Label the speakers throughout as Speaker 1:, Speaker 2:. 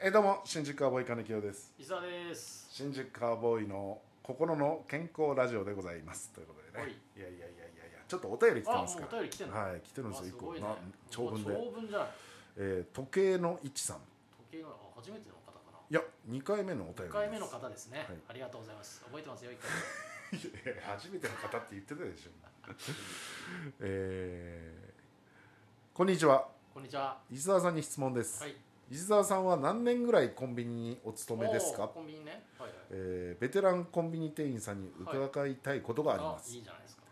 Speaker 1: えーどうも新宿カーボーイ金清です
Speaker 2: 伊沢です
Speaker 1: 新宿カーボーイの心の健康ラジオでございますということで
Speaker 2: はい
Speaker 1: ねいやいやいやいやいやちょっとお便り来て
Speaker 2: あ
Speaker 1: ます
Speaker 2: も
Speaker 1: か
Speaker 2: うお
Speaker 1: ら
Speaker 2: 便り来てんの
Speaker 1: はい来てるんですよ
Speaker 2: あ
Speaker 1: 一個
Speaker 2: ごいね
Speaker 1: な長文で
Speaker 2: 長文じゃない
Speaker 1: えー時計の一さん
Speaker 2: 時計のあ初めての方かない
Speaker 1: や2回目のお便りです
Speaker 2: 1回目の方ですね、
Speaker 1: はい
Speaker 2: ありがとうございます覚えてますよ1回
Speaker 1: いや初めての方って言ってたでしょ えーこんにちは
Speaker 2: こんにちは
Speaker 1: 石澤さんに質問です、
Speaker 2: はい
Speaker 1: 石澤さんは何年ぐらいコンビニにお勤めです
Speaker 2: お
Speaker 1: か
Speaker 2: ー、コンビニねはいはい
Speaker 1: えーベテランコンビニ店員さんに伺いたいことがあります、
Speaker 2: いいじゃないですか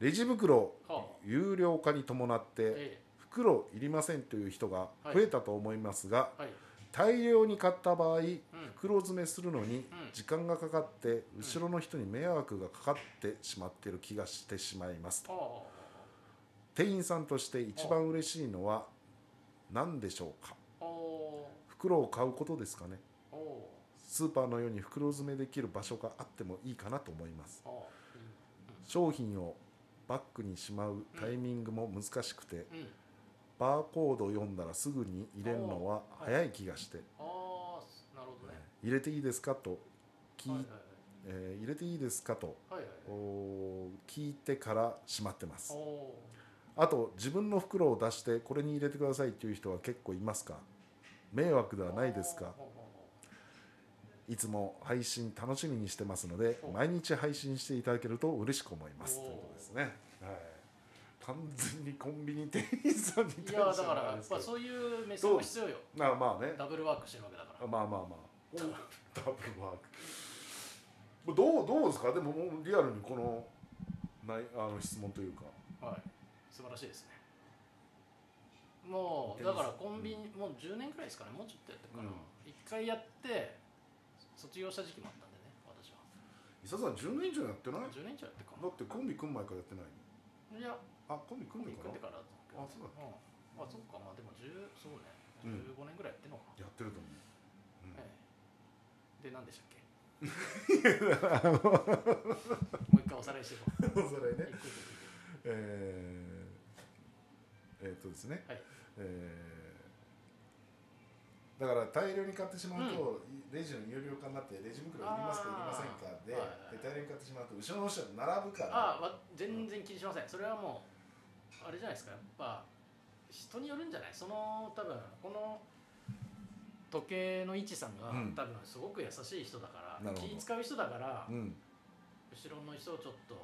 Speaker 1: レジ袋
Speaker 2: はあ
Speaker 1: 有料化に伴って
Speaker 2: え
Speaker 1: 袋いりませんという人が増えたと思いますが、
Speaker 2: えはい
Speaker 1: 大量に買った場合
Speaker 2: うん
Speaker 1: 袋詰めするのに時間がかかって
Speaker 2: ん
Speaker 1: 後ろの人に迷惑がかかってしまっている気がしてしまいますと
Speaker 2: ああ
Speaker 1: 店員さんとして一番嬉しいのは何でしょうか
Speaker 2: ああお
Speaker 1: 袋を買うことですかね
Speaker 2: ーお
Speaker 1: スーパーのように袋詰めできる場所があってもいいかなと思います
Speaker 2: ーあ
Speaker 1: 商品をバッグにしまうタイミングも難しくて、
Speaker 2: ーいいうん
Speaker 1: バーコード読んだらすぐに入れるのは
Speaker 2: おーはい
Speaker 1: 早い気がして、
Speaker 2: ああなるほどね
Speaker 1: 入れていいですかと聞い、
Speaker 2: はい
Speaker 1: えー入れていいですかと
Speaker 2: はいはいはいはい
Speaker 1: おー聞いてからしまってます
Speaker 2: おお
Speaker 1: あと自分の袋を出してこれに入れてくださいっていう人は結構いますか迷惑で
Speaker 2: ー
Speaker 1: はないですか
Speaker 2: おーおーお
Speaker 1: いつも配信楽しみにしてますので
Speaker 2: お
Speaker 1: 毎日配信していただけると嬉しく思いますと
Speaker 2: お
Speaker 1: い
Speaker 2: ー
Speaker 1: うことですね、はい、完全にコンビニ店員さんに
Speaker 2: ー
Speaker 1: 対
Speaker 2: いやだ
Speaker 1: して
Speaker 2: か
Speaker 1: の
Speaker 2: ら
Speaker 1: あ
Speaker 2: や
Speaker 1: れで
Speaker 2: っ
Speaker 1: すけ
Speaker 2: ぱ
Speaker 1: ど
Speaker 2: そういう目線は必要よ
Speaker 1: まあまあね
Speaker 2: ダブルワークしてるわけだから
Speaker 1: まあまあまあダブルワークどうどうですかでももうリアルにこのないあの質問というか
Speaker 2: はい、素晴らしいですね。もうだからコンビニ、もう10年くらいですかね、もうちょっとやってるかな、
Speaker 1: うん
Speaker 2: 一回やって、卒業した時期もあったんでね、私は。
Speaker 1: 伊佐さん10年以上やってないだっ
Speaker 2: 10年以上やってるかな。
Speaker 1: てコンビ組む前からやってない
Speaker 2: いや、
Speaker 1: あコンビ組
Speaker 2: 組
Speaker 1: んで
Speaker 2: み
Speaker 1: か
Speaker 2: 組ん
Speaker 1: な
Speaker 2: でからだけど
Speaker 1: あそうだっ
Speaker 2: んまあ、そうか、まあでも10、そうね、
Speaker 1: うん
Speaker 2: 15年くらいやってるのか
Speaker 1: やってると思
Speaker 2: な。ええで、何でした っけもう一回おさらいしてこう。
Speaker 1: う、 それ
Speaker 2: 一個一個一
Speaker 1: えー、えーっとですね、
Speaker 2: はい
Speaker 1: えーだから大量に買ってしまうと、レジの有料化になってレジ袋いりますかいりませんかで,、
Speaker 2: あーはいはい
Speaker 1: で大量に買ってしまうと後ろの人に並ぶか
Speaker 2: 個
Speaker 1: ら
Speaker 2: ああ、わ全然気にしません。それはもう、あれじゃないですか、やっぱ。人によるんじゃないその多分この時計の位置さんが、
Speaker 1: うん
Speaker 2: 多分すごく優しい人だか
Speaker 1: な
Speaker 2: ら
Speaker 1: るほど
Speaker 2: 気使う人だから、
Speaker 1: うん
Speaker 2: 後ろの人をちょっと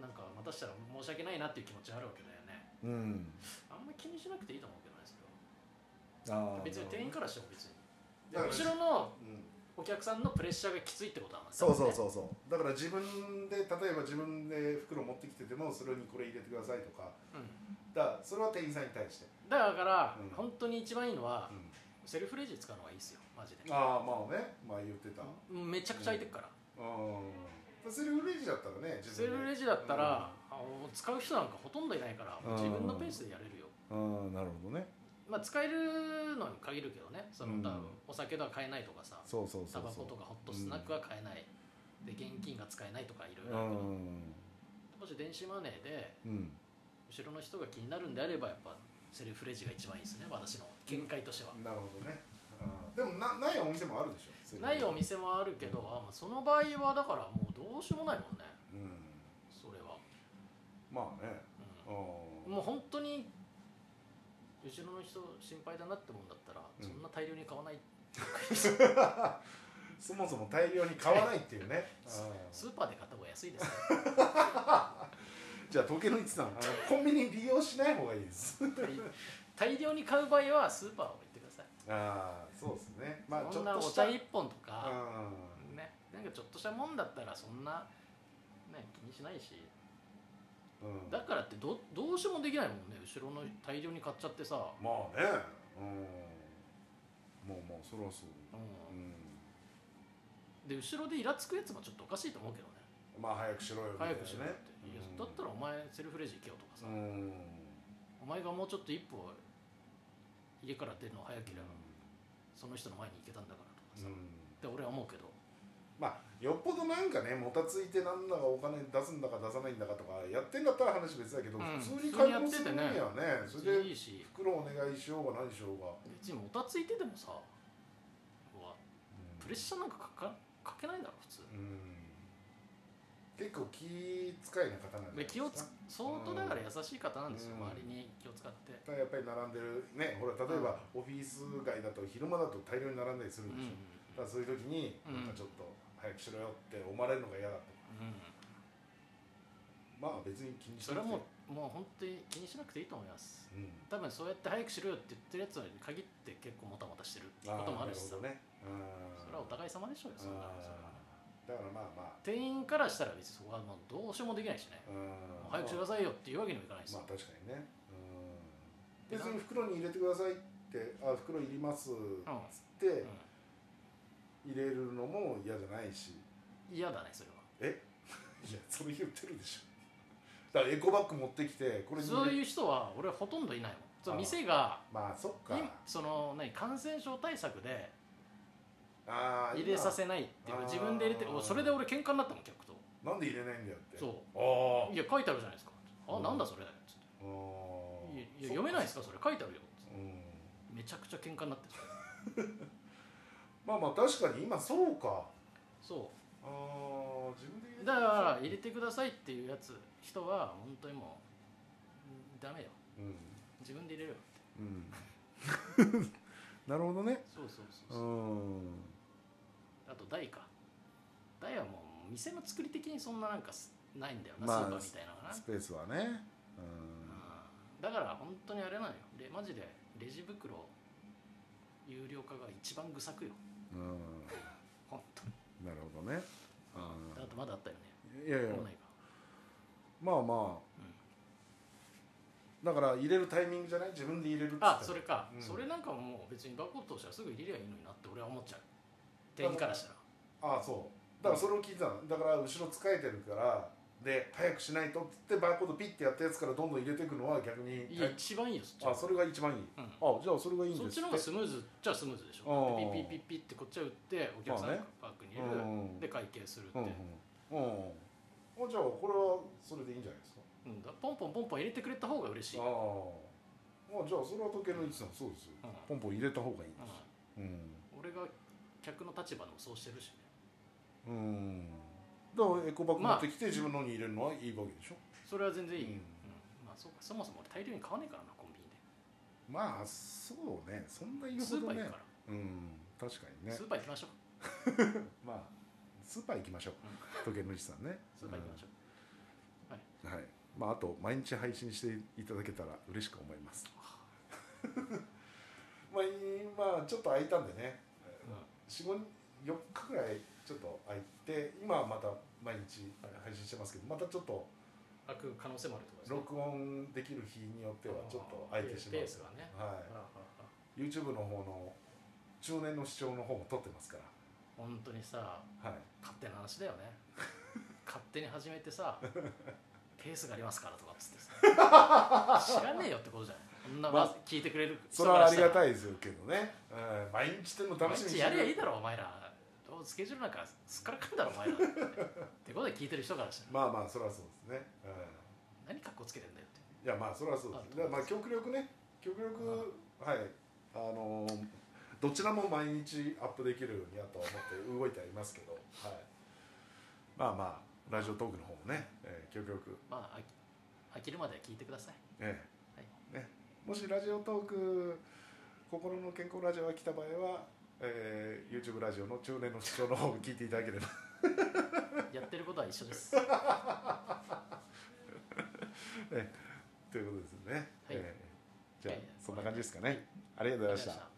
Speaker 2: なんかまたしたら申し訳ないなっていう気持ちあるわけだよね
Speaker 1: うん
Speaker 2: あんまり気にしなくていいと思うけどねそれは
Speaker 1: あー
Speaker 2: 別に店員からしても別にで
Speaker 1: だから
Speaker 2: 後ろの
Speaker 1: うん
Speaker 2: お客さんのプレッシャーがきついってことなんだ
Speaker 1: そうそう
Speaker 2: う
Speaker 1: そうそうだから自分で例えば自分で袋持ってきててもそれにこれ入れてくださいとか
Speaker 2: ん、
Speaker 1: だからそれは店員さんに対して、
Speaker 2: だから、
Speaker 1: うん
Speaker 2: 本当に一番いいのは、
Speaker 1: うん
Speaker 2: セルフレジ使うのがいいですよマジで
Speaker 1: ああまあねまあ言ってたうん
Speaker 2: めちゃくちゃ空いてるから、
Speaker 1: セルフレジだったらね自
Speaker 2: セル
Speaker 1: 分
Speaker 2: フ
Speaker 1: で
Speaker 2: レジだったら、あの使う人なんかほとんどいないから
Speaker 1: うん
Speaker 2: 自分のペースでやれるよ、
Speaker 1: うんなるほどね
Speaker 2: まあ、使えるのに限るけどねその、
Speaker 1: うん
Speaker 2: 多分お酒とか買えないとかさ
Speaker 1: そうそうそ
Speaker 2: タ
Speaker 1: う
Speaker 2: バ
Speaker 1: そ
Speaker 2: コ
Speaker 1: う
Speaker 2: とかホットスナックは買えない、で現金が使えないとかいろいうろあるけど、
Speaker 1: ん
Speaker 2: もし電子マネーで
Speaker 1: うん
Speaker 2: 後ろの人が気になるんであればやっぱセルフレジが一番いいですね私の見解としては、
Speaker 1: なるほどねあーでもなないお店もあるでしょセルフ
Speaker 2: な
Speaker 1: レ
Speaker 2: い
Speaker 1: ジ
Speaker 2: お店もあるけど、あまあその場合はだからもうどうしようもないもんね
Speaker 1: うん
Speaker 2: それは、
Speaker 1: まあね
Speaker 2: うん
Speaker 1: あー
Speaker 2: もう本当に後ろの人心配だなってもんだったら、
Speaker 1: うん
Speaker 2: そんな大量に買わない
Speaker 1: そもそも大量に買わないっていう ねあー
Speaker 2: スーパーで買った方が安いですね
Speaker 1: じゃあ時計の位置さんあのコンビニ利用しない方がいいです
Speaker 2: 大大量に買う場合はスーパーを行ってください、
Speaker 1: ああそうですねまあち
Speaker 2: そ
Speaker 1: ょ
Speaker 2: ん
Speaker 1: っ
Speaker 2: な
Speaker 1: と
Speaker 2: お
Speaker 1: し
Speaker 2: 茶
Speaker 1: た
Speaker 2: 1本とか、
Speaker 1: う
Speaker 2: ねなんかちょっとしたもんだったらそんな、ね、気にしないし
Speaker 1: んうん
Speaker 2: だからってどどうしようもできないもんね後ろの大量に買っちゃってさ、
Speaker 1: まあねうんもうまあそれはそうう
Speaker 2: う、
Speaker 1: んん
Speaker 2: で後ろでイラつくやつもちょっとおかしいと思うけどね
Speaker 1: まあ早くしろよみたいなね
Speaker 2: 早くしろよって、いや
Speaker 1: うん
Speaker 2: だったらお前セルフレジ行けよとかさ、
Speaker 1: うん
Speaker 2: お前がもうちょっと一歩家から出るの早ければその人の前に行けたんだからとかさ、
Speaker 1: う
Speaker 2: っ
Speaker 1: ん
Speaker 2: て俺は思うけど
Speaker 1: まあよっぽどなんかねもたついてなんだかお金出すんだか出さないんだかとかやってんだったら話別だけど、
Speaker 2: うん
Speaker 1: 普通に買い物するにはねそれで
Speaker 2: いいし
Speaker 1: 袋お願いしようが何しようが、
Speaker 2: 別にもたついててもさうわ
Speaker 1: うん
Speaker 2: プレッシャーなんかかかかけないだろ普通
Speaker 1: うん結構気遣いな方なんじゃないで
Speaker 2: で
Speaker 1: すか
Speaker 2: 気をつ相当だから優しい方なんですよ、
Speaker 1: うん
Speaker 2: 周りに気を使って
Speaker 1: ただやっぱり並んでるねほら例えばオフィス街だと昼間だと大量に並んだりす
Speaker 2: う
Speaker 1: るん
Speaker 2: んうん
Speaker 1: でしょ、だからそういう時に
Speaker 2: うん
Speaker 1: なんかちょっと早くしろよって思われるのが嫌だとまあ別に気にし
Speaker 2: そ
Speaker 1: な
Speaker 2: れ
Speaker 1: く
Speaker 2: は
Speaker 1: て
Speaker 2: もうもう本当に気にしなくていいと思います
Speaker 1: うん
Speaker 2: 多分そうやって早くしろよって言ってるやつらに限って結構もたもたしてることもあるしさ
Speaker 1: ーなるほどねうん
Speaker 2: それはお互い様でしょうよそんなのそれは
Speaker 1: あーだからまあまあ
Speaker 2: 店員からしたら別にそこはもうどうしようもできないしね、
Speaker 1: うん
Speaker 2: もう早くしてくださいよっていうわけにもいかないし
Speaker 1: ま
Speaker 2: さ、
Speaker 1: あ確かにねうん
Speaker 2: で
Speaker 1: 別に袋に入れてくださいってあ袋いりますっ
Speaker 2: うん
Speaker 1: つって
Speaker 2: うん
Speaker 1: 入れるのも嫌じゃないし
Speaker 2: 嫌だねそれは
Speaker 1: えいやそれ言ってるでしょだからエコバッグ持ってきてこれに入れ
Speaker 2: そういう人は俺ほとんどいないもんその店が
Speaker 1: まあそっか
Speaker 2: いその何感染症対策で
Speaker 1: あー
Speaker 2: 入れさせないっていうか
Speaker 1: あー
Speaker 2: 自分で入れておそれで俺喧嘩になったもん客と
Speaker 1: 今なんで入れないんだよって
Speaker 2: そ
Speaker 1: あ
Speaker 2: ういや書いてあるじゃないですかあ
Speaker 1: うん
Speaker 2: なんだそれだよつって
Speaker 1: あー
Speaker 2: いやいや読めないです
Speaker 1: そ
Speaker 2: かそれ書いてあるよつ
Speaker 1: っ
Speaker 2: っ
Speaker 1: かうん
Speaker 2: てめちゃくちゃ喧嘩になってそれ
Speaker 1: まあまあ確かに今そうか
Speaker 2: そ
Speaker 1: あー自分で入れ
Speaker 2: う
Speaker 1: て
Speaker 2: だから入れてくださいっていうやつ人は本当にもうダメよ
Speaker 1: う
Speaker 2: 自分で入れるよ
Speaker 1: ん、うん、 なるほどね
Speaker 2: そうそうそ
Speaker 1: う
Speaker 2: うそう、
Speaker 1: ん
Speaker 2: あと台か台はもう店の作り的にそんななんかすないんだよな、
Speaker 1: まあ
Speaker 2: スーパーみたいなのがな
Speaker 1: スペースはねうん
Speaker 2: うんだから本当にあれなのよレマジでレジ袋有料化が一番愚策よ
Speaker 1: うん
Speaker 2: 本当に、
Speaker 1: なるほどね
Speaker 2: あとまだあったよね
Speaker 1: いやいや
Speaker 2: もうないか
Speaker 1: まあまあだから入れるタイミングじゃない自分で入れるっつったら
Speaker 2: あそれか、
Speaker 1: うん
Speaker 2: それなんかもう別にバーコード通したらすぐ入れりゃいいのになって俺は思っちゃう店員からしたら
Speaker 1: ああそうだからそれを聞いてたのだから後ろ使えてるからで早くしないとっつってバーコードピッてやったやつからどんどん入れていくのは逆に
Speaker 2: いや一番いいよそっち
Speaker 1: あそれが一番いい
Speaker 2: うん
Speaker 1: あじゃあそれがいいんです
Speaker 2: そっちの方がスムーズっちゃスムーズでしょ
Speaker 1: あー
Speaker 2: ピッピッピッピッってこっちは打ってお客さん
Speaker 1: ま
Speaker 2: の
Speaker 1: あね
Speaker 2: バッグに
Speaker 1: う
Speaker 2: 入れる、
Speaker 1: ん
Speaker 2: で会計するって、
Speaker 1: う
Speaker 2: うんん
Speaker 1: うんうんあじゃあこれはそれでいいんじゃないですか
Speaker 2: だポンポンポンポン入れてくれた方が嬉しい、
Speaker 1: あ
Speaker 2: う
Speaker 1: あ
Speaker 2: ん
Speaker 1: まあじゃあそれは時計の位置さんそうですよポンポン入れた方がいいんで
Speaker 2: う
Speaker 1: すうん
Speaker 2: ん俺が客の立場でもそうしてるしね
Speaker 1: うんだからエコバッグ持
Speaker 2: まあ
Speaker 1: ってきて自分のに入れるのはいいわけでしょ
Speaker 2: それは全然いいよ、
Speaker 1: うん
Speaker 2: うんまあ、そうかそもそも俺大量に買わねえからなコンビニで
Speaker 1: まあそうねそんな言う
Speaker 2: ス
Speaker 1: ほど
Speaker 2: ーパー行
Speaker 1: ね
Speaker 2: くか
Speaker 1: うん確かにね
Speaker 2: ら、スーパー行きましょう
Speaker 1: まあスーパー行きましょう
Speaker 2: うん
Speaker 1: 時計の西さんね
Speaker 2: スーパー行きましょう、
Speaker 1: うんはいまああと毎日配信していただけたら嬉しく思います まあ今ちょっと空いたんでね45四日ぐらいちょっと空いて今はまた毎日配信してますけどまたちょっと
Speaker 2: 開く可能性もあるってことですね
Speaker 1: 録音できる日によってはちょっと空いてしま
Speaker 2: ペ
Speaker 1: う
Speaker 2: ースがね
Speaker 1: は
Speaker 2: ああああ
Speaker 1: い YouTube の方の中年の視聴の方も撮ってますか
Speaker 2: 本当にさ
Speaker 1: らはい
Speaker 2: 勝手な話だよ ね勝手に始めてさペースがありますからとかっつって さ知らねえよってことじゃないこんな
Speaker 1: まあ
Speaker 2: まず聞いてくれる
Speaker 1: それはありが
Speaker 2: い
Speaker 1: たいですけどね、うん、毎日でも楽
Speaker 2: 毎
Speaker 1: しみに
Speaker 2: 日やりゃいいだろお前らどうスケジュールなんかすっからかんだろお前らってことで聞いてる人からしたら
Speaker 1: まあまあそれはそうですね、
Speaker 2: 何格好つけてんだよって
Speaker 1: うん、いやまあそれはそうですだからまあ極力ね極力はいあのーどちらも毎日アップできるようにやとは思って動いてはいますけど、はい、まあまあラジオトークの方もね、えー、極力、
Speaker 2: まあ飽き飽きるまで聞いてください
Speaker 1: ええね、もしラジオトーク心の健康ラジオが来た場合は、えー、YouTube ラジオの中年の視聴の方を聞いていただければ
Speaker 2: やってることは一緒です。
Speaker 1: ということですね。
Speaker 2: はい
Speaker 1: えーじゃあ
Speaker 2: えー
Speaker 1: そんな感じですかね。ありがとうございました。